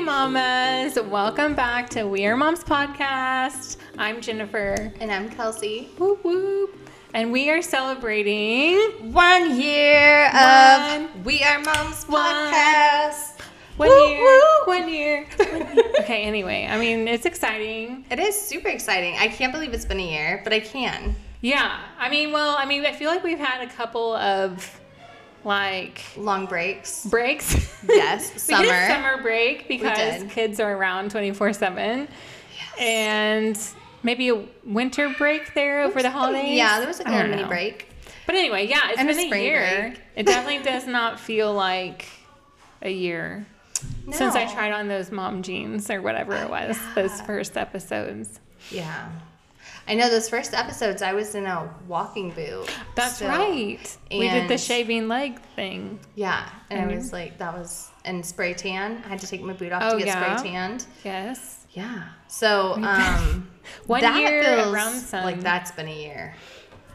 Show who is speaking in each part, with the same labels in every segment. Speaker 1: mamas. Welcome back to We Are Moms podcast. I'm Jennifer.
Speaker 2: And I'm Kelsey.
Speaker 1: Whoop whoop. And we are celebrating
Speaker 2: One year
Speaker 1: One.
Speaker 2: of We Are Moms
Speaker 1: One.
Speaker 2: podcast.
Speaker 1: one
Speaker 2: Woo,
Speaker 1: year.
Speaker 2: woo.
Speaker 1: One year. okay, anyway, I mean, it's exciting.
Speaker 2: It is super exciting. I can't believe it's been a year, but I can.
Speaker 1: Yeah. I mean, well, I mean, I feel like we've had a couple of like
Speaker 2: Long breaks.
Speaker 1: breaks.
Speaker 2: Yes,
Speaker 1: we did
Speaker 2: summer.
Speaker 1: a summer break because
Speaker 2: did.
Speaker 1: kids are around 24 7. And maybe a winter break there over the holidays.
Speaker 2: Yeah, there was like
Speaker 1: I
Speaker 2: a little
Speaker 1: don't
Speaker 2: mini
Speaker 1: know.
Speaker 2: break.
Speaker 1: But anyway, yeah, it's
Speaker 2: And a
Speaker 1: been a,
Speaker 2: spring
Speaker 1: year.
Speaker 2: break.
Speaker 1: It definitely does not feel like a year since I
Speaker 2: No.
Speaker 1: tried on those mom jeans or whatever it was, those first episodes.
Speaker 2: Yeah. I know those first episodes I was in a walking boot.
Speaker 1: That's
Speaker 2: so-
Speaker 1: right. We did the
Speaker 2: and-
Speaker 1: shaving leg thing.
Speaker 2: Yeah. And
Speaker 1: And
Speaker 2: I
Speaker 1: you-
Speaker 2: was like, that was and spray tan. I had to take my boot off
Speaker 1: Oh,
Speaker 2: to get
Speaker 1: yeah?
Speaker 2: spray tanned.
Speaker 1: Yes.
Speaker 2: Yeah. So um
Speaker 1: One
Speaker 2: that
Speaker 1: year
Speaker 2: feels
Speaker 1: around sun.
Speaker 2: like that's been a year.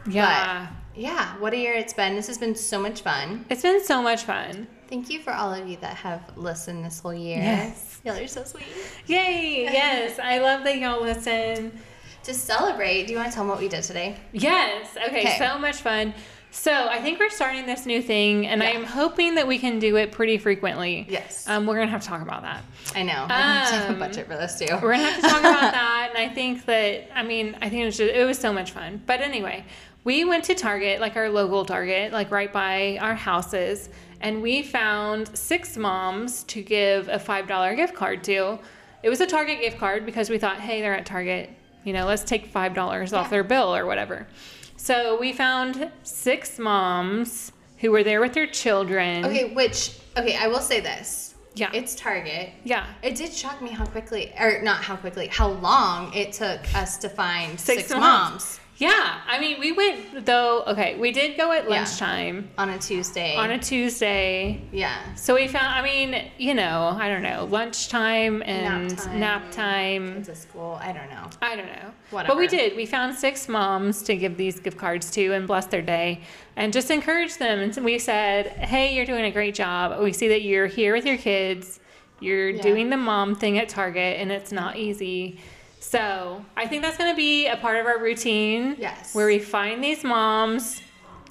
Speaker 1: Yeah.
Speaker 2: Yeah, what a year it's been. This has been so much fun.
Speaker 1: It's been so much fun.
Speaker 2: Thank you for all of you that have listened this whole year.
Speaker 1: Yes.
Speaker 2: Y'all are so sweet.
Speaker 1: Yay. Yes. I love that y'all listen.
Speaker 2: To celebrate, do you want to tell them what we did today?
Speaker 1: Yes. Okay,
Speaker 2: Okay.
Speaker 1: So much fun. So I think we're starting this new thing, and
Speaker 2: Yeah.
Speaker 1: I'm hoping that we can do it pretty frequently.
Speaker 2: Yes.
Speaker 1: Um, we're gonna have to talk about that.
Speaker 2: I know. We're gonna have to have
Speaker 1: Um,
Speaker 2: a budget for this too.
Speaker 1: We're gonna have to talk about that, and I think that I mean I think it was just, it was so much fun. But anyway, we went to Target, like our local Target, like right by our houses, and we found six moms to give a five dollar gift card to. It was a Target gift card because we thought, hey, they're at Target, you know, let's take five dollars off their bill or whatever. So we found six moms who were there with their children.
Speaker 2: Okay, which okay, I will say this.
Speaker 1: Yeah.
Speaker 2: It's Target.
Speaker 1: Yeah.
Speaker 2: It did shock me how quickly or not how quickly, how long it took us to find
Speaker 1: Six
Speaker 2: six,
Speaker 1: moms.
Speaker 2: moms.
Speaker 1: Yeah, I mean, we went though. Okay, we did go at
Speaker 2: Yeah.
Speaker 1: lunchtime
Speaker 2: on a Tuesday.
Speaker 1: on a Tuesday.
Speaker 2: yeah.
Speaker 1: So we found. I mean, you know, I don't know, lunchtime and nap time.
Speaker 2: time. It's a school. I don't know.
Speaker 1: I don't know. But
Speaker 2: Whatever.
Speaker 1: we did. We found six moms to give these gift cards to and bless their day and just encourage them. And we said, hey, you're doing a great job. We see that you're here with your kids. You're
Speaker 2: Yeah.
Speaker 1: doing the mom thing at Target and it's not easy. So I think that's going to be a part of our routine.
Speaker 2: Yes.
Speaker 1: Where we find these moms,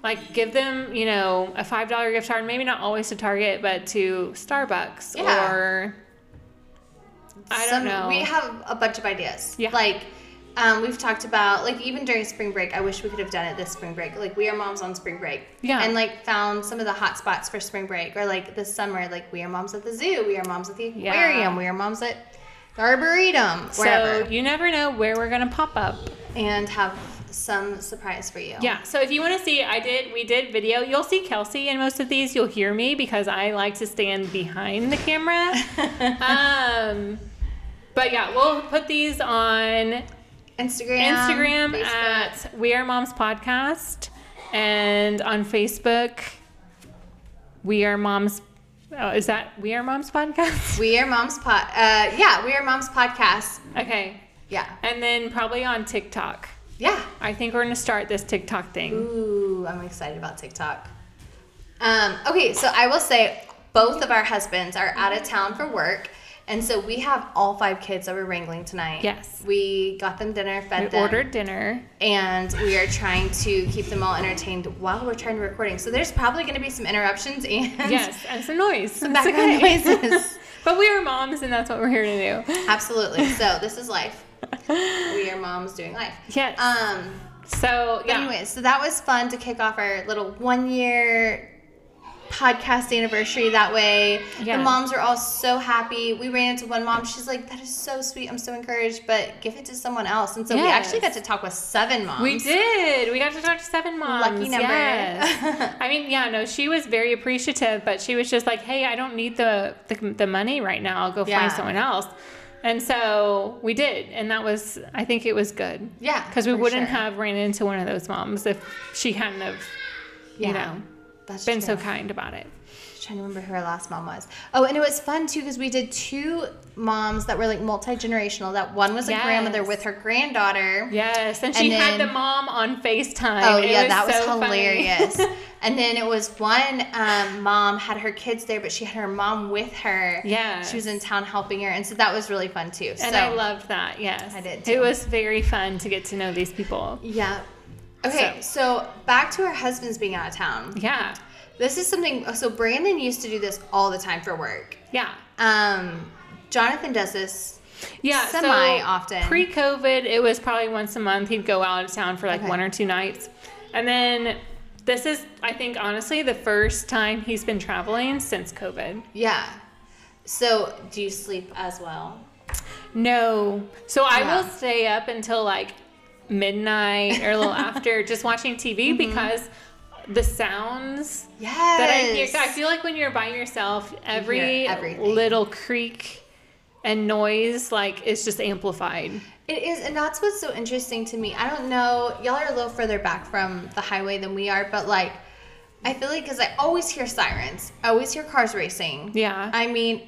Speaker 1: like give them, you know, a $5 gift card, maybe not always to Target, but to Starbucks
Speaker 2: Yeah.
Speaker 1: or. I don't know.
Speaker 2: We have a bunch of ideas.
Speaker 1: Yeah.
Speaker 2: Like, um, we've talked about like even during spring break. I wish we could have done it this spring break. Like we are moms on spring break.
Speaker 1: Yeah.
Speaker 2: And like found some of the hot spots for spring break or like this summer. Like we are moms at the zoo. We are moms at the
Speaker 1: Yeah.
Speaker 2: aquarium. We are moms at the arboretum.
Speaker 1: So
Speaker 2: Wherever.
Speaker 1: you never know where we're gonna pop up.
Speaker 2: and have some surprise for you.
Speaker 1: Yeah. So if you want to see, I did. We did video. You'll see Kelsey in most of these. You'll hear me because I like to stand behind the camera. um, but yeah, we'll put these on
Speaker 2: Instagram.
Speaker 1: Instagram
Speaker 2: Facebook.
Speaker 1: at We Are Moms Podcast and on Facebook We Are Moms. Oh, is that We Are Moms Podcast?
Speaker 2: We are moms pod. Uh, yeah, we are moms podcast.
Speaker 1: Okay.
Speaker 2: Yeah.
Speaker 1: And then probably on TikTok.
Speaker 2: Yeah.
Speaker 1: I think we're gonna start this TikTok thing.
Speaker 2: Ooh, I'm excited about TikTok. Um, okay, so I will say both of our husbands are out of town for work. And so we have all five kids that we're wrangling tonight.
Speaker 1: Yes.
Speaker 2: We got them dinner, fed
Speaker 1: We
Speaker 2: them.
Speaker 1: ordered dinner.
Speaker 2: And we are trying to keep them all entertained while we're trying to recording. So there's probably going to be some interruptions and
Speaker 1: Yes, and some noise.
Speaker 2: some
Speaker 1: It's
Speaker 2: background
Speaker 1: okay.
Speaker 2: noises.
Speaker 1: But we are moms, and that's what we're here to do.
Speaker 2: Absolutely. So this is life. We are moms doing life.
Speaker 1: Yes.
Speaker 2: Um,
Speaker 1: so
Speaker 2: But
Speaker 1: yeah,
Speaker 2: Anyways, so that was fun to kick off our little one year podcast anniversary that way.
Speaker 1: Yeah.
Speaker 2: The moms were all so happy. We ran into one mom. She's like, that is so sweet. I'm so encouraged, but give it to someone else. And so we
Speaker 1: Yes.
Speaker 2: actually got to talk with seven moms.
Speaker 1: we did. We got to talk to seven moms.
Speaker 2: Lucky number.
Speaker 1: Yes. I mean, yeah, no, she was very appreciative, but she was just like, "Hey, I don't need the the, the money right now. I'll go
Speaker 2: Yeah.
Speaker 1: find someone else." And so we did, and that was, I think, it was good.
Speaker 2: Yeah,
Speaker 1: because we
Speaker 2: for
Speaker 1: wouldn't
Speaker 2: sure.
Speaker 1: have ran into one of those moms if she hadn't have,
Speaker 2: Yeah.
Speaker 1: you know,
Speaker 2: That's
Speaker 1: been so
Speaker 2: true.
Speaker 1: kind about it.
Speaker 2: Just trying to remember who our last mom was. Oh, and it was fun too because we did two moms that were like multi generational. That one was a
Speaker 1: Yes.
Speaker 2: grandmother with her granddaughter.
Speaker 1: Yes, and she
Speaker 2: And
Speaker 1: had the
Speaker 2: then-
Speaker 1: mom on FaceTime.
Speaker 2: Oh
Speaker 1: It
Speaker 2: yeah, that was
Speaker 1: so funny.
Speaker 2: hilarious. and then it was one um, mom had her kids there, but she had her mom with her.
Speaker 1: Yes.
Speaker 2: she was in town helping her, and so that was really fun too.
Speaker 1: and
Speaker 2: so,
Speaker 1: I loved that. Yes,
Speaker 2: I did
Speaker 1: It
Speaker 2: too.
Speaker 1: was very fun to get to know these people.
Speaker 2: Yeah. Okay, so. back to our husbands being out of town.
Speaker 1: Yeah,
Speaker 2: This is something. So Brandon used to do this all the time for work.
Speaker 1: yeah.
Speaker 2: Um, Jonathan does this.
Speaker 1: Yeah,
Speaker 2: Semi
Speaker 1: so
Speaker 2: often.
Speaker 1: Pre-COVID, it was probably once a month. He'd go out of town for like
Speaker 2: Okay.
Speaker 1: one or two nights, and then this is, I think, honestly, the first time he's been traveling since COVID.
Speaker 2: Yeah. So do you sleep as well?
Speaker 1: No, so I
Speaker 2: Yeah.
Speaker 1: will stay up until like midnight or a little after, just watching TV
Speaker 2: Mm-hmm.
Speaker 1: because the sounds
Speaker 2: Yes.
Speaker 1: that I hear. I feel like when you're by yourself, every
Speaker 2: everything.
Speaker 1: little creak and noise like is just amplified.
Speaker 2: It is, and that's what's so interesting to me. I don't know, y'all are a little further back from the highway than we are, but like, I feel like because I always hear sirens, I always hear cars racing.
Speaker 1: Yeah.
Speaker 2: I mean,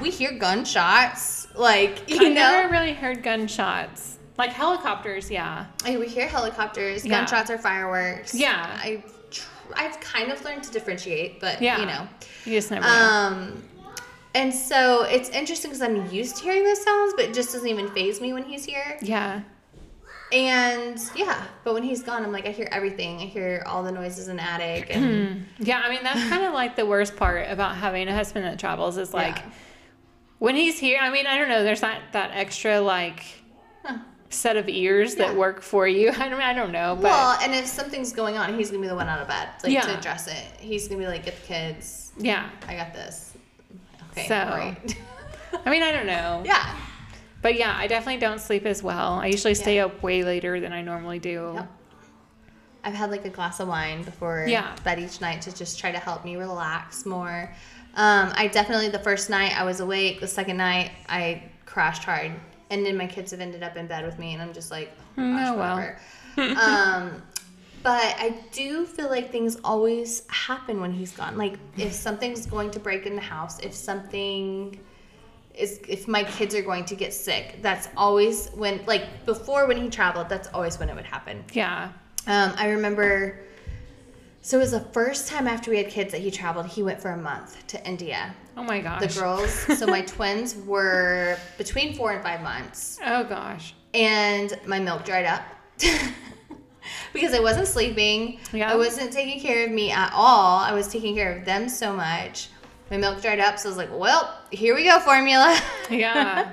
Speaker 2: we hear gunshots, like you
Speaker 1: I
Speaker 2: know,
Speaker 1: never really heard gunshots. Like helicopters, yeah.
Speaker 2: I- we hear helicopters,
Speaker 1: Yeah.
Speaker 2: gunshots, or fireworks.
Speaker 1: Yeah.
Speaker 2: I, I've kind of learned to differentiate, but
Speaker 1: Yeah.
Speaker 2: you know,
Speaker 1: You just never know.
Speaker 2: um. And so it's interesting because I'm used to hearing those sounds, but it just doesn't even phase me when he's here.
Speaker 1: Yeah.
Speaker 2: And yeah, but when he's gone, I'm like, I hear everything. I hear all the noises in the attic. And
Speaker 1: Yeah, I mean that's kind of like the worst part about having a husband that travels is like
Speaker 2: Yeah.
Speaker 1: when he's here, I mean, I don't know, there's that that extra like
Speaker 2: Huh.
Speaker 1: set of ears that
Speaker 2: Yeah.
Speaker 1: work for you. I don't I don't know, but
Speaker 2: well, and if something's going on, he's gonna be the one out of bed, like
Speaker 1: Yeah.
Speaker 2: to address it. He's gonna be like, get the kids.
Speaker 1: yeah.
Speaker 2: I got this. Okay,
Speaker 1: So-
Speaker 2: great.
Speaker 1: I mean, I don't know.
Speaker 2: yeah.
Speaker 1: But yeah, I definitely don't sleep as well. I usually stay up way later than I normally do.
Speaker 2: Yep. I've had like a glass of wine before
Speaker 1: Yeah.
Speaker 2: bed each night to just try to help me relax more. Um, I definitely the first night I was awake. The second night I crashed hard, and then my kids have ended up in bed with me, and I'm just like, oh, my gosh,
Speaker 1: Oh, well.
Speaker 2: whatever. um, but I do feel like things always happen when he's gone. Like if something's going to break in the house, if something is if my kids are going to get sick, that's always when like before when he traveled, that's always when it would happen.
Speaker 1: Yeah.
Speaker 2: Um, I remember. So it was the first time after we had kids that he traveled. He went for a month to India.
Speaker 1: Oh my
Speaker 2: The
Speaker 1: gosh.
Speaker 2: girls, so my twins were between four and five months,
Speaker 1: Oh gosh.
Speaker 2: and my milk dried up because I wasn't sleeping.
Speaker 1: Yeah.
Speaker 2: I wasn't taking care of me at all. I was taking care of them so much. My milk dried up, so I was like, "Well, here we go, formula."
Speaker 1: Yeah.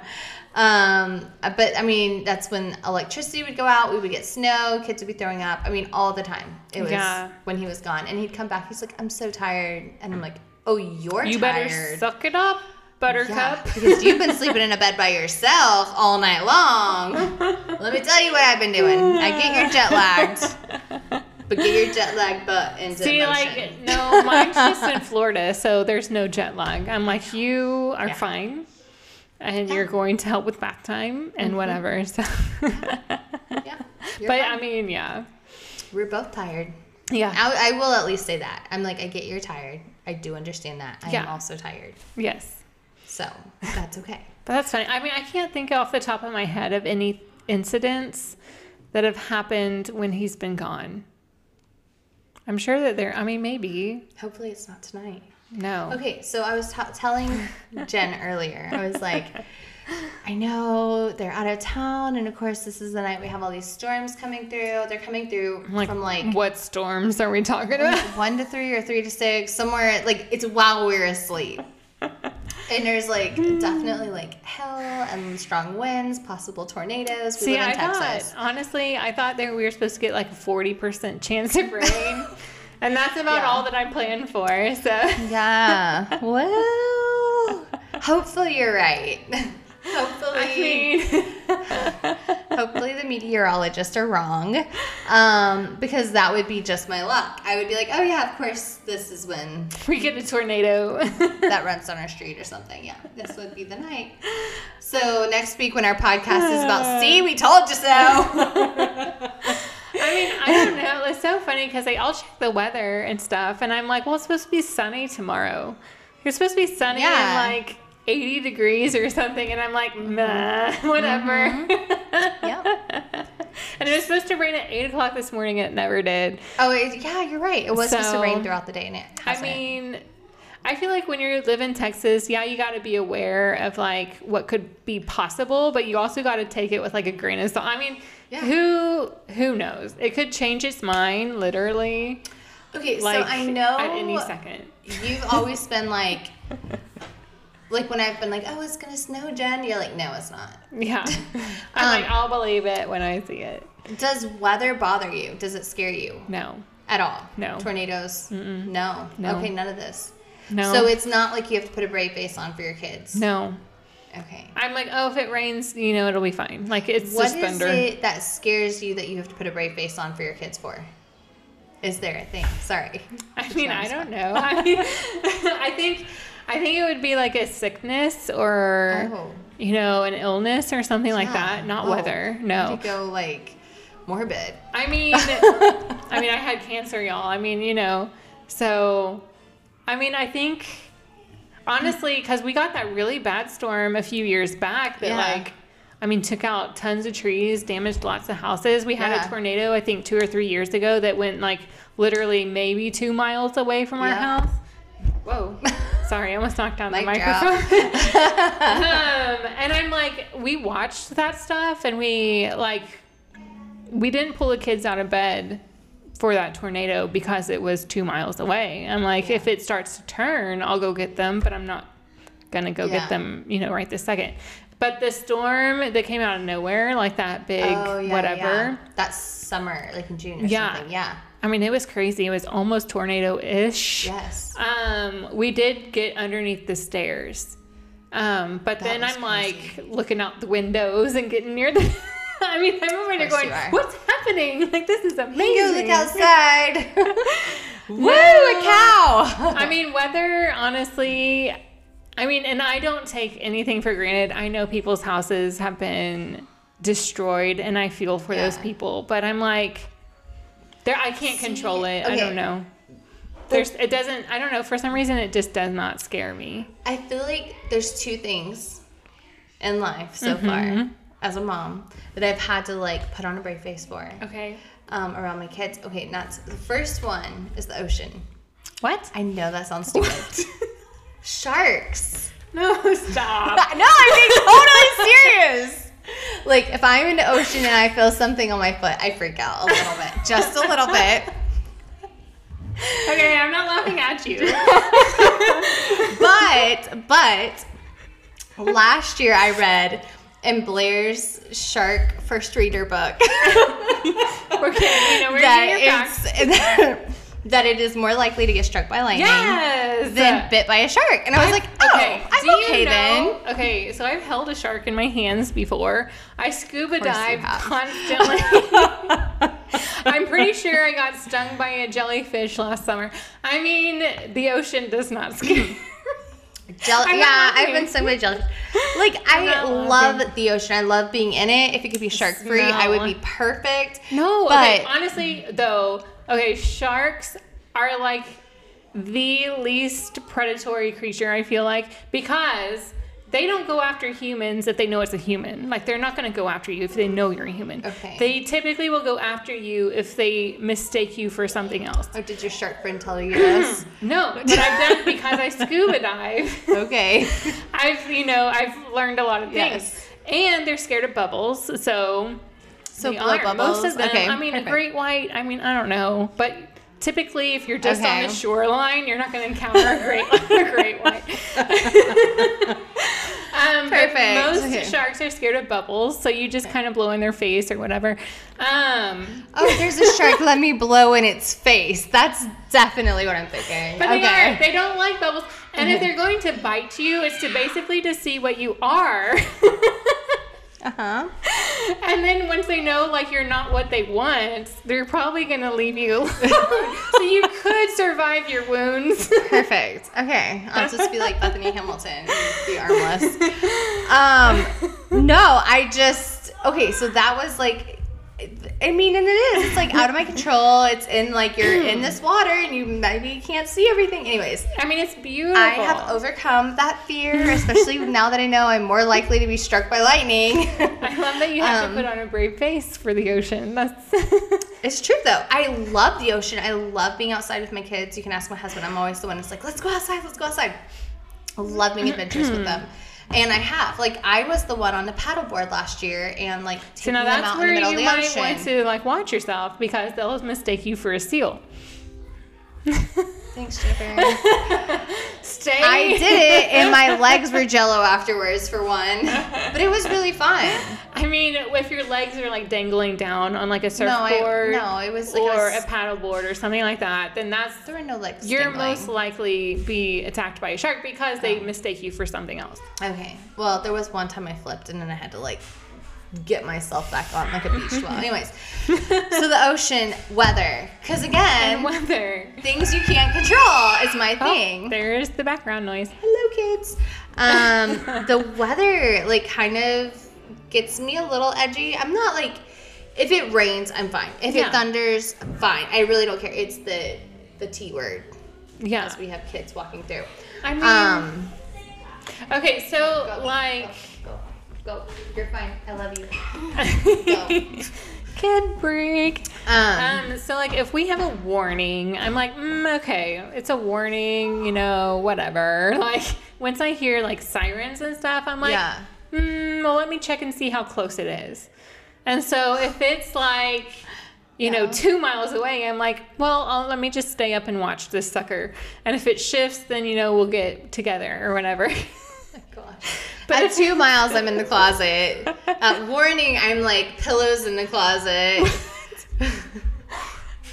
Speaker 2: Um, but I mean, that's when electricity would go out, we would get snow, kids would be throwing up. I mean, all the time. It was
Speaker 1: Yeah.
Speaker 2: when he was gone, and he'd come back. He's like, "I'm so tired," and I'm like, "Oh, you're
Speaker 1: you
Speaker 2: tired."
Speaker 1: better suck it up,
Speaker 2: Yeah,
Speaker 1: buttercup.
Speaker 2: because you've been sleeping in a bed by yourself all night long. Let me tell you what I've been doing. I get your jet lagged, but get your jet lag butt into
Speaker 1: See,
Speaker 2: motion.
Speaker 1: like, no, mine's just in Florida, so there's no jet lag. I'm like, you are
Speaker 2: Yeah.
Speaker 1: fine, and you're going to help with bath time and whatever. So,
Speaker 2: Mm-hmm. yeah,
Speaker 1: but
Speaker 2: you're
Speaker 1: I
Speaker 2: fine.
Speaker 1: mean, yeah,
Speaker 2: we're both tired.
Speaker 1: yeah,
Speaker 2: I, I will at least say that. I'm like, I get you're tired. I do understand that. I am
Speaker 1: Yeah.
Speaker 2: also tired.
Speaker 1: yes,
Speaker 2: So that's okay.
Speaker 1: but that's funny. I mean, I can't think off the top of my head of any incidents that have happened when he's been gone. I'm sure that there. I mean, maybe
Speaker 2: Hopefully it's not tonight.
Speaker 1: no.
Speaker 2: Okay, so I was t- telling Jen earlier, I was like, I know they're out of town, and of course, this is the night we have all these storms coming through. They're coming through
Speaker 1: I'm Like,
Speaker 2: from like
Speaker 1: what storms are we talking about?
Speaker 2: one to three or three to six, somewhere like it's while we're asleep. And there's like definitely like hail and strong winds, possible tornadoes. We
Speaker 1: See,
Speaker 2: live
Speaker 1: I
Speaker 2: in Texas.
Speaker 1: thought honestly, I thought that we were supposed to get like a forty percent chance of rain, and that's about
Speaker 2: Yeah.
Speaker 1: all that I planned for. So
Speaker 2: Yeah. well, hopefully you're right. Hopefully.
Speaker 1: I mean,
Speaker 2: Hopefully the meteorologists are wrong, um, because that would be just my luck. I would be like, oh yeah, of course this is when
Speaker 1: we get a tornado.
Speaker 2: that runs on our street or something. Yeah, this would be the night. So next week when our podcast is about, see, we told you so.
Speaker 1: I I mean, I don't know. It's so funny because like, I'll check the weather and stuff, and I'm like, well, it's supposed to be sunny tomorrow. It's supposed to be sunny
Speaker 2: Yeah.
Speaker 1: and like 80 degrees or something, and I'm like, meh, whatever.
Speaker 2: Mm-hmm. Yep.
Speaker 1: and it was supposed to rain at 8 o'clock this morning, it never did.
Speaker 2: Oh, it, yeah, you're right. It was supposed
Speaker 1: So-
Speaker 2: to rain throughout the day, and it
Speaker 1: I
Speaker 2: hasn't.
Speaker 1: mean, I feel like when you live in Texas, yeah, you got to be aware of like what could be possible, but you also got to take it with like a grain of salt. I mean,
Speaker 2: Yeah.
Speaker 1: who who knows? It could change its mind literally,
Speaker 2: okay,
Speaker 1: like
Speaker 2: so I know
Speaker 1: at any second.
Speaker 2: You've always been like, like when I've been like, oh, it's gonna snow, Jen. You're like, no, it's not.
Speaker 1: Yeah, I'm
Speaker 2: Um,
Speaker 1: like, I'll believe it when I see it.
Speaker 2: Does weather bother you? Does it scare you
Speaker 1: No,
Speaker 2: at all?
Speaker 1: No.
Speaker 2: Tornadoes? No.
Speaker 1: No.
Speaker 2: Okay, none of this.
Speaker 1: no,
Speaker 2: So it's not like you have to put a brave face on for your kids.
Speaker 1: no.
Speaker 2: Okay.
Speaker 1: I'm like, oh, if it rains, you know, it'll be fine. Like it's
Speaker 2: What is
Speaker 1: just thunder.
Speaker 2: it that scares you that you have to put a brave face on for your kids for? Is there a thing? Sorry.
Speaker 1: I mean, I
Speaker 2: not as
Speaker 1: don't know. I, mean, I think, I think it would be like a sickness or,
Speaker 2: Oh.
Speaker 1: you know, an illness or something like
Speaker 2: Yeah.
Speaker 1: that. Not
Speaker 2: Oh.
Speaker 1: weather.
Speaker 2: You
Speaker 1: No.
Speaker 2: could go like morbid.
Speaker 1: I mean, I mean, I had cancer, y'all. I mean, you know, so, I mean, I think, honestly, because we got that really bad storm a few years back that
Speaker 2: Yeah.
Speaker 1: like. I mean, took out tons of trees, damaged lots of houses. We had
Speaker 2: Yeah.
Speaker 1: a tornado, I think, two or three years ago that went like literally maybe two miles away from our
Speaker 2: Yeah.
Speaker 1: house. Whoa. Sorry, I almost knocked down the
Speaker 2: Mic drop.
Speaker 1: microphone. um, and I'm like, we watched that stuff and we like we didn't pull the kids out of bed for that tornado because it was two miles away. I'm like, if it starts to turn, I'll go get them, but I'm not gonna go
Speaker 2: Yeah.
Speaker 1: get them, you know, right this second. But the storm that came out of nowhere, like that big
Speaker 2: Oh yeah.
Speaker 1: whatever.
Speaker 2: Yeah. That's summer, like in June or
Speaker 1: Yeah.
Speaker 2: something. Yeah.
Speaker 1: I mean, it was crazy. It was almost tornado ish.
Speaker 2: Yes.
Speaker 1: Um, we did get underneath the stairs. Um, but then
Speaker 2: was
Speaker 1: I'm like looking out the windows and getting near the. I mean, I'm over there
Speaker 2: course
Speaker 1: going,
Speaker 2: you are.
Speaker 1: "What's happening? Like this is
Speaker 2: Bingo,
Speaker 1: amazing."
Speaker 2: look outside. Woo,
Speaker 1: No.
Speaker 2: a cow.
Speaker 1: I mean, weather, honestly, I mean, and I don't take anything for granted. I know people's houses have been destroyed, and I feel for those
Speaker 2: Yeah.
Speaker 1: people. But I'm like, there, I can't control it. I
Speaker 2: okay.
Speaker 1: don't know. There's, it doesn't. I don't know. For some reason, it just does not scare me.
Speaker 2: I feel like there's two things in life so far as a mom that I've had to like put on a brave face for
Speaker 1: Okay.
Speaker 2: um, around my kids. Okay, not the first one is the ocean.
Speaker 1: What?
Speaker 2: I know that sounds stupid. Sharks.
Speaker 1: No, stop.
Speaker 2: No, I'm being totally serious. Like if I'm in the ocean and I feel something on my foot, I freak out a little bit, just a little bit.
Speaker 1: okay, I'm not laughing at you.
Speaker 2: but but last year I read in Blair's shark first reader book
Speaker 1: Okay, you know, we're getting your
Speaker 2: that
Speaker 1: facts.
Speaker 2: it's that it is more likely to get struck by lightning
Speaker 1: Yes.
Speaker 2: than bit by a shark. And I was like, oh, I'm
Speaker 1: do you
Speaker 2: okay then.
Speaker 1: know- Okay, so I've held a shark in my hands before. I scuba
Speaker 2: you
Speaker 1: dive
Speaker 2: have.
Speaker 1: constantly. I'm pretty sure I got stung by a jellyfish last summer. I mean, the ocean does not scare. me.
Speaker 2: Jell-
Speaker 1: I'm not
Speaker 2: yeah, I've
Speaker 1: laughing.
Speaker 2: been so much jealous. Like
Speaker 1: I'm
Speaker 2: I
Speaker 1: not
Speaker 2: love
Speaker 1: laughing.
Speaker 2: the ocean. I love being in it. If it could be shark free, I would
Speaker 1: smell.
Speaker 2: be perfect.
Speaker 1: No,
Speaker 2: but
Speaker 1: okay, honestly, though, okay, sharks are like the least predatory creature, I feel like, because they don't go after humans if they know it's a human. Like, they're not going to go after you if they know you're a human.
Speaker 2: Okay.
Speaker 1: They typically will go after you if they mistake you for something else.
Speaker 2: oh, did your shark friend tell you this?
Speaker 1: No, but I've done because I scuba dive.
Speaker 2: okay.
Speaker 1: I've, you know, I've learned a lot of things.
Speaker 2: Yes.
Speaker 1: And they're scared of bubbles, so
Speaker 2: So
Speaker 1: they
Speaker 2: blow
Speaker 1: are.
Speaker 2: bubbles.
Speaker 1: Most of them.
Speaker 2: Okay,
Speaker 1: I mean,
Speaker 2: perfect.
Speaker 1: a great white. I mean, I don't know, but typically, if you're just on
Speaker 2: Okay.
Speaker 1: the shoreline, you're not going to encounter a great a great white. um, but
Speaker 2: Perfect.
Speaker 1: Most
Speaker 2: Okay.
Speaker 1: sharks are scared of bubbles, so you just kind of blow in their face or whatever. Um,
Speaker 2: Oh, there's a shark. Let me blow in its face. That's definitely what I'm thinking.
Speaker 1: but they
Speaker 2: okay. Mm-hmm.
Speaker 1: are. They don't like bubbles, and if they're going to bite you, it's to basically to see what you are.
Speaker 2: Uh huh.
Speaker 1: And then once they know like you're not what they want, they're probably gonna leave you alone. so you could survive your wounds.
Speaker 2: Perfect. Okay. I'll just be like Bethany Hamilton, the Um, armless. Um, no, I just okay. So that was like I mean, and it is. It's like out of my control. It's in like you're in this water and you maybe you can't see everything. Anyways,
Speaker 1: I mean, it's beautiful.
Speaker 2: I have overcome that fear, especially now that I know I'm more likely to be struck by lightning. Um,
Speaker 1: I love that you have to put on a brave face for the ocean. That's
Speaker 2: It's true though. I love the ocean. I love being outside with my kids. You can ask my husband. I'm always the one that's like, let's go outside, let's go outside. I love being adventurous with them.
Speaker 1: Mm-hmm.
Speaker 2: And I have. Like I was the one on the paddleboard last year and like
Speaker 1: so.
Speaker 2: taking
Speaker 1: Now
Speaker 2: them
Speaker 1: that's
Speaker 2: out in
Speaker 1: where
Speaker 2: the middle of
Speaker 1: you
Speaker 2: the
Speaker 1: might
Speaker 2: ocean.
Speaker 1: want to like watch yourself because they'll mistake you for a seal.
Speaker 2: Thanks, Jennifer.
Speaker 1: Stay.
Speaker 2: I did it and my legs were jello afterwards for one. But it was really fun.
Speaker 1: I mean, if your legs are like dangling down on like a
Speaker 2: No, I
Speaker 1: surfboard
Speaker 2: no, it was like I
Speaker 1: or
Speaker 2: was-
Speaker 1: a paddleboard or something like that, then that's
Speaker 2: there were no legs.
Speaker 1: you're
Speaker 2: dangling.
Speaker 1: most likely be attacked by a shark because they mistake you for something else.
Speaker 2: Okay. Well, there was one time I flipped and then I had to like get myself back on like a beach ball. Anyways, so the ocean weather, because
Speaker 1: And
Speaker 2: again,
Speaker 1: weather.
Speaker 2: things you can't control is my
Speaker 1: Oh,
Speaker 2: thing.
Speaker 1: there's the background noise.
Speaker 2: Hello, kids. Um, the weather like kind of gets me a little edgy. I'm not like if it rains, I'm fine. If
Speaker 1: Yeah.
Speaker 2: it thunders, I'm fine. I really don't care. It's the the T word
Speaker 1: Yeah.
Speaker 2: as we have kids walking through.
Speaker 1: I mean,
Speaker 2: Um,
Speaker 1: okay, so like,
Speaker 2: go, go. You're fine. I love you.
Speaker 1: kid break.
Speaker 2: Um,
Speaker 1: Um, so like, if we have a warning, I'm like, mm, okay, it's a warning, you know, whatever. Like, once I hear like sirens and stuff, I'm like,
Speaker 2: yeah.
Speaker 1: mm, well, let me check and see how close it is. And so if it's like, you know,
Speaker 2: Yeah.
Speaker 1: two miles away, I'm like, well, I'll, let me just stay up and watch this sucker. And if it shifts, then, you know, we'll get together or whatever. But
Speaker 2: But at
Speaker 1: if-
Speaker 2: two miles, I'm in the closet. At warning, I'm like pillows in the closet.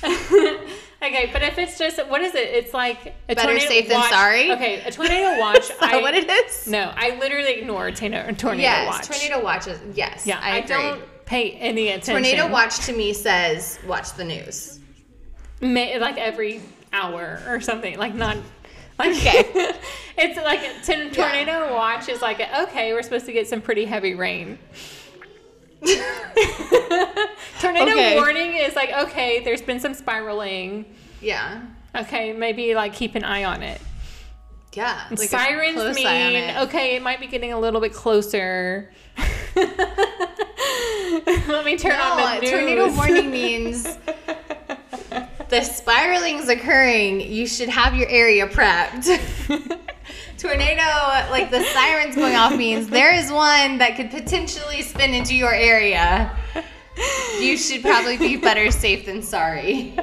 Speaker 1: okay, but if it's just, what is it? It's like a
Speaker 2: Better
Speaker 1: tornado
Speaker 2: safe than
Speaker 1: watch-
Speaker 2: sorry?
Speaker 1: Okay, a tornado watch.
Speaker 2: Is that
Speaker 1: I,
Speaker 2: what it is?
Speaker 1: No, I literally ignore tornado, tornado
Speaker 2: yes,
Speaker 1: watch.
Speaker 2: tornado watches. Yes,
Speaker 1: yeah,
Speaker 2: I,
Speaker 1: I,
Speaker 2: agree.
Speaker 1: don't pay any attention.
Speaker 2: tornado watch to me says watch the news.
Speaker 1: ma- like every hour or something like not like
Speaker 2: Okay.
Speaker 1: it's like a t- tornado watch is like a, okay we're supposed to get some pretty heavy rain tornado
Speaker 2: Okay.
Speaker 1: warning is like okay there's been some spiraling
Speaker 2: Yeah,
Speaker 1: okay maybe like keep an eye on it
Speaker 2: yeah. like a
Speaker 1: sirens
Speaker 2: close
Speaker 1: mean
Speaker 2: eye on it.
Speaker 1: okay it might be getting a little bit closer let me turn
Speaker 2: No,
Speaker 1: on the news
Speaker 2: tornado warning means the spiraling's occurring. You should have your area prepped. tornado, like the sirens going off, means there is one that could potentially spin into your area. You should probably be better safe than sorry.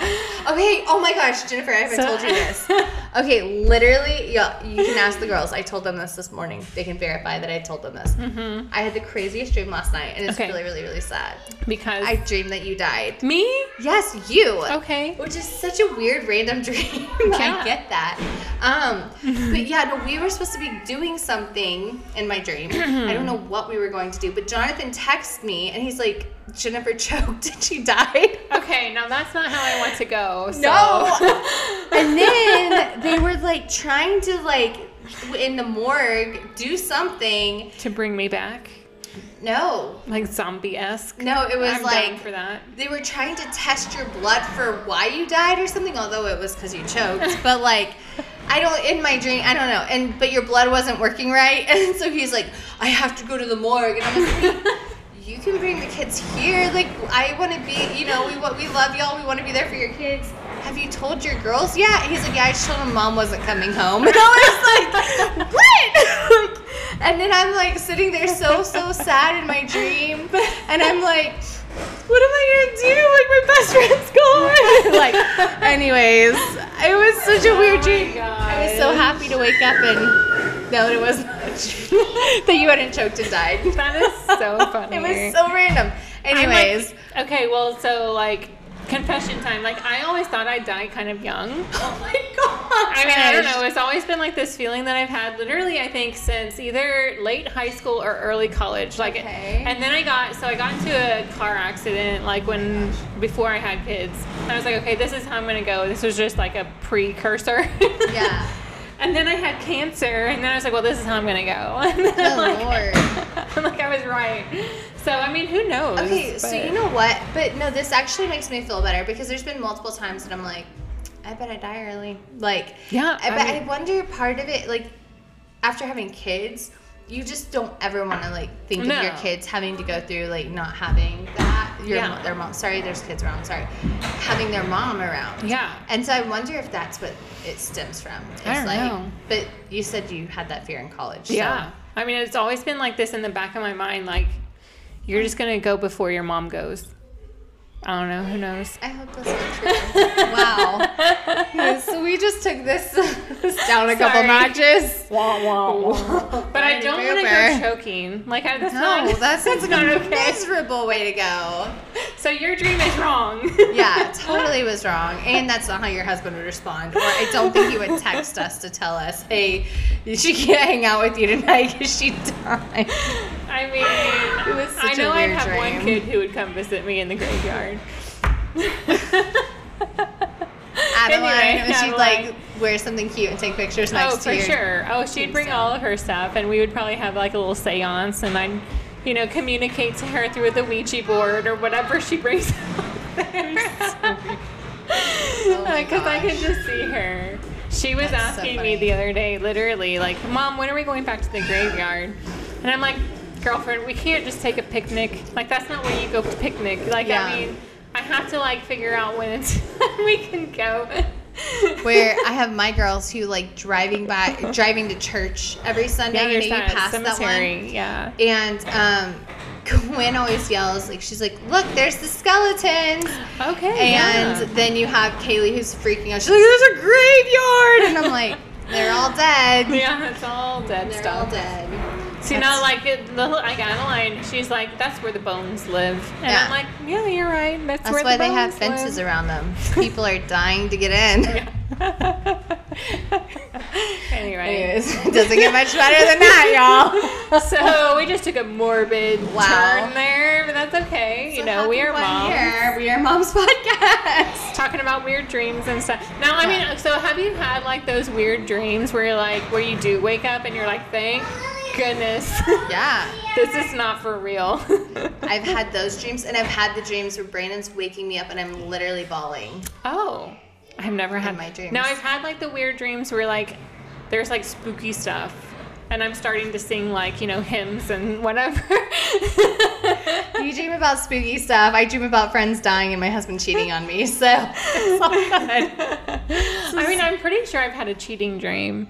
Speaker 2: Okay, oh my gosh, Jennifer, I haven't
Speaker 1: So-
Speaker 2: told you this. Okay, literally, yeah, you can ask the girls. I told them this this morning. They can verify that I told them this. I had the craziest dream last night, and it's
Speaker 1: Mm-hmm. Okay.
Speaker 2: really, really, really sad.
Speaker 1: because
Speaker 2: I dreamed that you died.
Speaker 1: me
Speaker 2: Yes, you.
Speaker 1: okay
Speaker 2: Which is such a weird random dream.
Speaker 1: Yeah.
Speaker 2: I get that. Um, but yeah, no, we were supposed to be doing something in my dream. I don't know what we were going to do, but Jonathan texts me and he's like, Jennifer choked and she died.
Speaker 1: Okay, now that's not how I want to go. So.
Speaker 2: No. and then they were like trying to like in the morgue do something.
Speaker 1: to bring me back,
Speaker 2: No.
Speaker 1: like zombie esque.
Speaker 2: No, it was
Speaker 1: I'm
Speaker 2: like
Speaker 1: down for that.
Speaker 2: they were trying to test your blood for why you died or something although it was because you choked but like i don't in my dream i don't know and but your blood wasn't working right and so he's like i have to go to the morgue and i'm like you can bring the kids here like i want to be you know we want we love y'all we want to be there for your kids have you told your girls yet? He's like, yeah, I just told them mom wasn't coming home. And I was like, what? Like, and then I'm like sitting there so, so sad in my dream. And I'm like, what am I gonna do? Like my best friend's gone. like, anyways, it was such a weird dream. I was so happy to wake up and know that it was not true. that you hadn't choked and died.
Speaker 1: That is so funny.
Speaker 2: It was so random.
Speaker 1: I'm like-
Speaker 2: Anyways,
Speaker 1: okay, well, so like confession time. Like I always thought I died kind of young.
Speaker 2: oh my god.
Speaker 1: I mean, I don't know. It's always been like this feeling that I've had literally, I think, since either late high school or early college. Like,
Speaker 2: Okay.
Speaker 1: and then I got, so I got into a car accident, like when, before I had kids. And I was like, okay, this is how I'm going to go. This was just like a precursor.
Speaker 2: Yeah.
Speaker 1: And then I had cancer, and then I was like, well, this is how I'm gonna go. And then I'm
Speaker 2: Oh,
Speaker 1: like,
Speaker 2: Lord.
Speaker 1: I'm like, I was right. So I mean, who knows?
Speaker 2: Okay, so
Speaker 1: but-
Speaker 2: you know what? But no, this actually makes me feel better because there's been multiple times that I'm like, I bet I die early. Like,
Speaker 1: Yeah,
Speaker 2: I,
Speaker 1: I
Speaker 2: but
Speaker 1: mean-
Speaker 2: I wonder part of it, like, after having kids, you just don't ever want to like think
Speaker 1: No.
Speaker 2: of your kids having to go through like not having that your
Speaker 1: Yeah.
Speaker 2: mo- their mom. Sorry, there's kids around. Sorry, having their mom around.
Speaker 1: Yeah.
Speaker 2: And so I wonder if that's what it stems from. It's
Speaker 1: I don't
Speaker 2: like,
Speaker 1: know.
Speaker 2: But you said you had that fear in college. so-
Speaker 1: Yeah. I mean, it's always been like this in the back of my mind. Like, you're just going to go before your mom goes. I don't know. Who knows?
Speaker 2: I hope that's not true. wow. Yes, so we just took this down a couple
Speaker 1: Sorry.
Speaker 2: notches.
Speaker 1: Wah, wah, wah. But I
Speaker 2: Freddy
Speaker 1: don't want to
Speaker 2: Krueger.
Speaker 1: go choking. Like, I, that's
Speaker 2: No,
Speaker 1: not.
Speaker 2: that sounds
Speaker 1: not
Speaker 2: like a
Speaker 1: okay.
Speaker 2: miserable way to go.
Speaker 1: So your dream is wrong.
Speaker 2: Yeah, totally was wrong. And that's not how your husband would respond. Or I don't think he would text us to tell us, hey, she can't hang out with you tonight because she died.
Speaker 1: I mean,
Speaker 2: It was
Speaker 1: I
Speaker 2: such a
Speaker 1: know I'd
Speaker 2: weird
Speaker 1: have one
Speaker 2: dream.
Speaker 1: kid who would come visit me in the graveyard.
Speaker 2: Adeline,
Speaker 1: Anyway,
Speaker 2: and she'd
Speaker 1: Adeline.
Speaker 2: like wear something cute and take pictures next
Speaker 1: oh,
Speaker 2: to
Speaker 1: for
Speaker 2: your-
Speaker 1: sure. Oh, she'd bring all of her stuff, and we would probably have like a little seance, and I'd, you know, communicate to her through the Ouija board or whatever she brings up
Speaker 2: Oh my
Speaker 1: Because I could
Speaker 2: gosh.
Speaker 1: just see her. She was
Speaker 2: That's so
Speaker 1: asking
Speaker 2: funny.
Speaker 1: me the other day, literally, like, Mom, when are we going back to the graveyard? And I'm like, Girlfriend, we can't just take a picnic. Like, that's not where you go picnic. Like,
Speaker 2: Yeah.
Speaker 1: I mean, I have to like figure out when it's we can go.
Speaker 2: where I have my girls who like driving by driving to church every Sunday.
Speaker 1: yeah,
Speaker 2: you know,
Speaker 1: there's
Speaker 2: you
Speaker 1: that
Speaker 2: pass that
Speaker 1: cemetery.
Speaker 2: one.
Speaker 1: Yeah.
Speaker 2: And um, Gwen always yells like she's like, "Look, there's the skeletons!"
Speaker 1: Okay.
Speaker 2: And then you have Kaylee who's freaking out. She's like, "There's a graveyard!" And I'm like, "They're all dead.
Speaker 1: yeah, yeah it's all dead
Speaker 2: They're all
Speaker 1: stuff.
Speaker 2: dead."
Speaker 1: See, now like it, the whole- like Adeline, she's like, that's where the bones live, and
Speaker 2: Yeah.
Speaker 1: I'm like, yeah, you're right. That's,
Speaker 2: That's
Speaker 1: where
Speaker 2: why
Speaker 1: the
Speaker 2: they
Speaker 1: bones
Speaker 2: have fences
Speaker 1: live.
Speaker 2: around them. People are dying to get in.
Speaker 1: anyway,
Speaker 2: Anyways, it doesn't get much better than that, y'all.
Speaker 1: so we just took a morbid
Speaker 2: Wow.
Speaker 1: turn there, but that's okay. you
Speaker 2: So
Speaker 1: know,
Speaker 2: happy
Speaker 1: we are
Speaker 2: one
Speaker 1: moms.
Speaker 2: year. We are moms podcast.
Speaker 1: talking about weird dreams and stuff. Now, I
Speaker 2: Yeah.
Speaker 1: mean, so have you had like those weird dreams where you're like, where you do wake up and you're like, thank goodness,
Speaker 2: Yeah.
Speaker 1: this is not for real.
Speaker 2: I've had those dreams, and I've had the dreams where Brandon's waking me up and I'm literally bawling.
Speaker 1: oh, I've never had
Speaker 2: In my dreams.
Speaker 1: Now I've had like the weird dreams where like there's like spooky stuff. And I'm starting to sing like you know hymns and whatever.
Speaker 2: You dream about spooky stuff. I dream about friends dying and my husband cheating on me. So it's all good.
Speaker 1: I mean, I'm pretty sure I've had a cheating dream.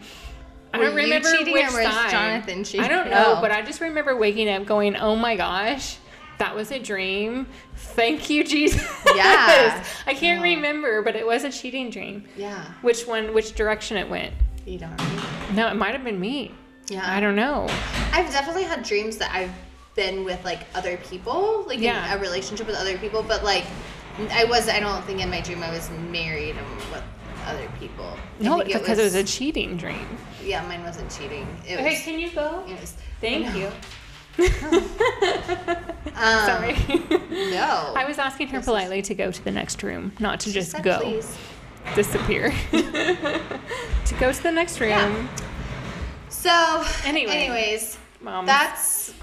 Speaker 1: I
Speaker 2: Were
Speaker 1: don't
Speaker 2: you
Speaker 1: remember
Speaker 2: cheating or
Speaker 1: which
Speaker 2: was
Speaker 1: side.
Speaker 2: Jonathan cheating?
Speaker 1: I don't know,
Speaker 2: Oh.
Speaker 1: but I just remember waking up going, "Oh my gosh, that was a dream. Thank you, Jesus."
Speaker 2: Yeah.
Speaker 1: I can't remember, but it was a cheating dream.
Speaker 2: Yeah,
Speaker 1: Which one? Which direction it went?
Speaker 2: you don't. Remember.
Speaker 1: No, it might have been me.
Speaker 2: Yeah,
Speaker 1: I don't know.
Speaker 2: I've definitely had dreams that I've been with like other people, like
Speaker 1: Yeah.
Speaker 2: in a relationship with other people, but like I was. I don't think in my dream I was married and with other people. I
Speaker 1: No,
Speaker 2: think
Speaker 1: because it was, a cheating dream.
Speaker 2: yeah. Mine wasn't cheating. It
Speaker 1: Okay,
Speaker 2: was.
Speaker 1: can you go?
Speaker 2: It was
Speaker 1: Thank you.
Speaker 2: um,
Speaker 1: Sorry.
Speaker 2: No.
Speaker 1: I was asking her politely to go to the next room, not to just
Speaker 2: Said
Speaker 1: go.
Speaker 2: please.
Speaker 1: disappear to go to the next room.
Speaker 2: Yeah. So
Speaker 1: Anyway.
Speaker 2: anyways,
Speaker 1: Mom,
Speaker 2: that's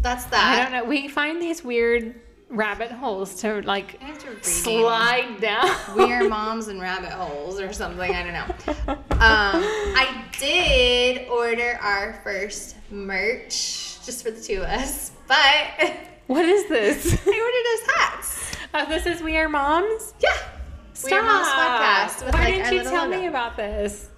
Speaker 2: that's that.
Speaker 1: I don't know. We find these weird rabbit holes to like
Speaker 2: I have to rename
Speaker 1: slide down.
Speaker 2: We are moms and rabbit holes or something. I don't know. Um, I did order our first merch just for the two of us, but I
Speaker 1: what is this?
Speaker 2: ordered us hats.
Speaker 1: Oh, this is We Are Moms.
Speaker 2: Yeah.
Speaker 1: Stop.
Speaker 2: We Are Moms podcast with,
Speaker 1: Why
Speaker 2: like, our
Speaker 1: didn't you
Speaker 2: little
Speaker 1: tell me
Speaker 2: logo.
Speaker 1: about this?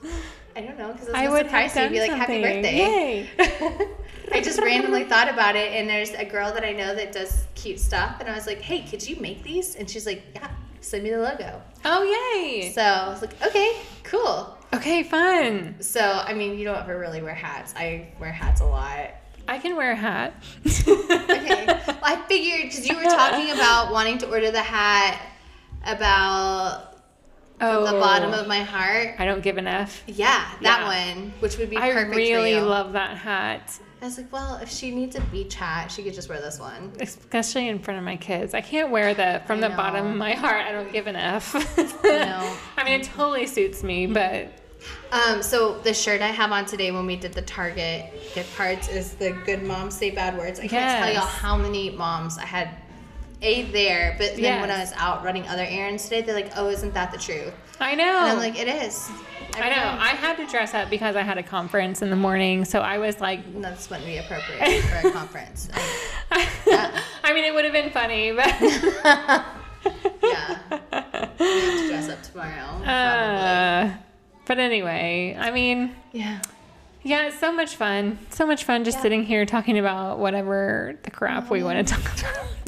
Speaker 2: I don't know because
Speaker 1: I
Speaker 2: I
Speaker 1: would
Speaker 2: would
Speaker 1: have
Speaker 2: surprise you
Speaker 1: done
Speaker 2: and be like,
Speaker 1: something.
Speaker 2: "Happy birthday!"
Speaker 1: Yay.
Speaker 2: I just randomly thought about it, and there's a girl that I know that does cute stuff, and I was like, "Hey, could you make these?" And she's like, "Yeah, send me the logo."
Speaker 1: Oh yay!
Speaker 2: So I was like, "Okay, cool."
Speaker 1: Okay, fun.
Speaker 2: So I mean, you don't ever really wear hats. I wear hats a lot.
Speaker 1: I can wear a hat.
Speaker 2: Okay, well, I figured because you were talking about wanting to order the hat about
Speaker 1: oh,
Speaker 2: the bottom of my heart.
Speaker 1: I don't give an F.
Speaker 2: Yeah, that
Speaker 1: Yeah.
Speaker 2: one, which would be
Speaker 1: I
Speaker 2: perfect
Speaker 1: really
Speaker 2: for you.
Speaker 1: love that hat.
Speaker 2: I was like, well, if she needs a beach hat, she could just wear this one.
Speaker 1: especially in front of my kids. I can't wear the from
Speaker 2: I
Speaker 1: the bottom
Speaker 2: know.
Speaker 1: of my heart. I don't give an F.
Speaker 2: know.
Speaker 1: I mean, it totally suits me, but
Speaker 2: Um, so the shirt I have on today when we did the Target gift cards is the "Good Moms Say Bad Words." I can't tell
Speaker 1: Yes.
Speaker 2: y'all how many moms I had a there, but then when I
Speaker 1: Yes.
Speaker 2: was out running other errands today, they're like, "Oh, isn't that the truth?"
Speaker 1: I know.
Speaker 2: And I'm like, "It is."
Speaker 1: Oh. I know. I had to dress up because I had a conference in the morning, so I was like,
Speaker 2: And that's wouldn't be appropriate for a conference. I-
Speaker 1: I mean, it would have been funny, but
Speaker 2: yeah, we have to dress up tomorrow. Probably.
Speaker 1: uh, but anyway, I mean,
Speaker 2: yeah.
Speaker 1: yeah, it's so much fun. So much fun just
Speaker 2: Yeah. Mm-hmm.
Speaker 1: sitting here talking about whatever the crap we want to talk about.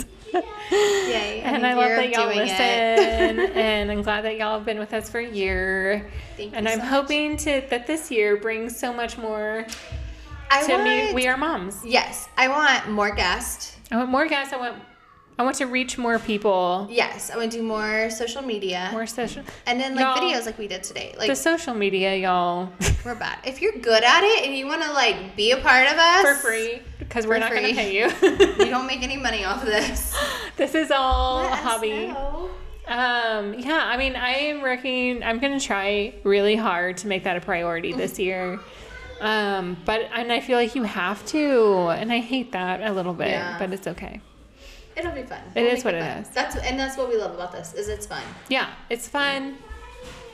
Speaker 2: Yay.
Speaker 1: And I love that y'all listen, and I'm glad that y'all have been with us for a year.
Speaker 2: Thank
Speaker 1: and
Speaker 2: you
Speaker 1: I'm
Speaker 2: so much.
Speaker 1: hoping to that this year brings so much more
Speaker 2: I
Speaker 1: to me.
Speaker 2: want-
Speaker 1: We are moms.
Speaker 2: Yes, I want more guests.
Speaker 1: I want more guests. I want I want to reach more people.
Speaker 2: Yes, I want to do more social media.
Speaker 1: More social.
Speaker 2: and then like
Speaker 1: Y'all-
Speaker 2: videos like we did today. Like
Speaker 1: The social media, y'all,
Speaker 2: we're bad. If you're good at it and you want to like be a part of us
Speaker 1: for free because we're
Speaker 2: For
Speaker 1: not going to
Speaker 2: free.
Speaker 1: pay you.
Speaker 2: we don't make any money off of this.
Speaker 1: this is all
Speaker 2: Let
Speaker 1: a
Speaker 2: us
Speaker 1: hobby.
Speaker 2: know.
Speaker 1: Um, yeah, I mean, I am working. I'm gonna try really hard to make that a priority this year. Um, but and I feel like you have to, and I hate that a little bit,
Speaker 2: Yeah.
Speaker 1: but it's okay.
Speaker 2: It'll be fun.
Speaker 1: It
Speaker 2: We'll
Speaker 1: is
Speaker 2: make
Speaker 1: what it
Speaker 2: fun.
Speaker 1: is.
Speaker 2: That's and that's what we love about this is it's fun.
Speaker 1: Yeah, it's fun,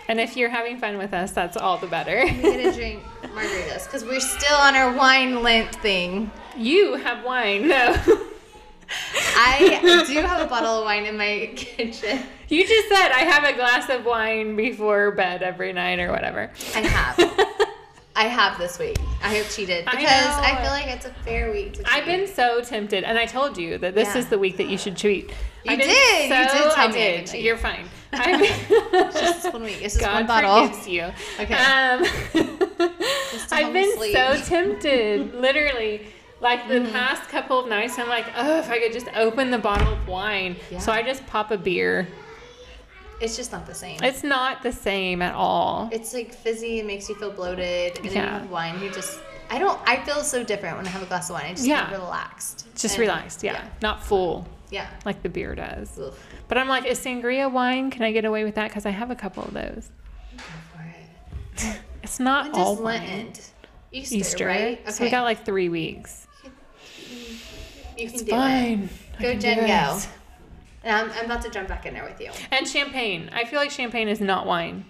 Speaker 1: and if you're having fun with us, that's all the better.
Speaker 2: We get to drink margaritas because we're still on our wine lint thing.
Speaker 1: you have wine, no?
Speaker 2: I do have a bottle of wine in my kitchen.
Speaker 1: you just said I have a glass of wine before bed every night or whatever.
Speaker 2: I have. I have this week. I have cheated
Speaker 1: I
Speaker 2: because
Speaker 1: know.
Speaker 2: I, feel like it's a fair week to cheat.
Speaker 1: I've been so tempted, and I told you that this
Speaker 2: Yeah.
Speaker 1: is the week that you should cheat.
Speaker 2: You
Speaker 1: I've been
Speaker 2: did. You
Speaker 1: So,
Speaker 2: did tell
Speaker 1: I
Speaker 2: me I
Speaker 1: did.
Speaker 2: could cheat.
Speaker 1: You're fine. I've been,
Speaker 2: It's just one week. It's just
Speaker 1: God
Speaker 2: one bottle.
Speaker 1: forgives you.
Speaker 2: Okay.
Speaker 1: Um,
Speaker 2: to
Speaker 1: I've
Speaker 2: help
Speaker 1: been so
Speaker 2: me sleep. Mm-hmm.
Speaker 1: tempted, literally. Like the past couple of nights, I'm like, oh, if I could just open the bottle of wine.
Speaker 2: Yeah.
Speaker 1: So I just pop a beer.
Speaker 2: It's just not the same.
Speaker 1: It's not the same at all.
Speaker 2: It's like fizzy and makes you feel bloated. And
Speaker 1: Yeah.
Speaker 2: then with wine, you just. I don't. I feel so different when I have a glass of wine. I just
Speaker 1: Yeah.
Speaker 2: feel relaxed.
Speaker 1: Just
Speaker 2: And-
Speaker 1: relaxed, yeah. Not full
Speaker 2: Yeah.
Speaker 1: like the beer does.
Speaker 2: Ugh,
Speaker 1: But I'm like, is sangria wine? Can I get away with that? Because I have a couple of those.
Speaker 2: go for it.
Speaker 1: It's not
Speaker 2: When
Speaker 1: all
Speaker 2: does Lent
Speaker 1: wine.
Speaker 2: end? Easter,
Speaker 1: Easter,
Speaker 2: right? Okay.
Speaker 1: So we got like three weeks.
Speaker 2: you can
Speaker 1: It's
Speaker 2: do it.
Speaker 1: fine. I
Speaker 2: Go
Speaker 1: can do
Speaker 2: Jen, go.
Speaker 1: it.
Speaker 2: And I'm, I'm about to jump back in there with you.
Speaker 1: And champagne. I feel like champagne is not wine.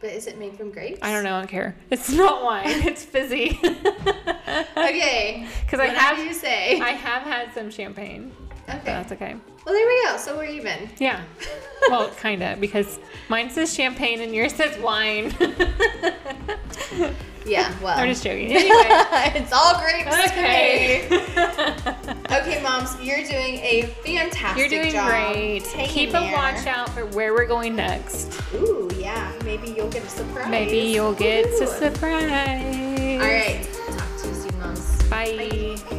Speaker 2: But is it made from grapes?
Speaker 1: I don't know. I don't care. It's not wine. It's fizzy.
Speaker 2: Okay.
Speaker 1: Because I
Speaker 2: Whatever
Speaker 1: have,
Speaker 2: you say.
Speaker 1: I have had some champagne. But
Speaker 2: okay.
Speaker 1: that's okay.
Speaker 2: Well, there we go. So we're even.
Speaker 1: Yeah. Well, kind of because mine says champagne and yours says wine.
Speaker 2: Yeah. Well.
Speaker 1: I'm just joking.
Speaker 2: Um,
Speaker 1: Anyway.
Speaker 2: it's all grapes. to me.
Speaker 1: Okay.
Speaker 2: Okay, moms, you're doing a fantastic
Speaker 1: You're doing
Speaker 2: job.
Speaker 1: great.
Speaker 2: Hang in
Speaker 1: Keep a
Speaker 2: there.
Speaker 1: watch out for where we're going next.
Speaker 2: Ooh, yeah. Maybe you'll get a surprise.
Speaker 1: Maybe you'll get
Speaker 2: Ooh.
Speaker 1: a surprise.
Speaker 2: All right. Talk to you soon, moms.
Speaker 1: Bye.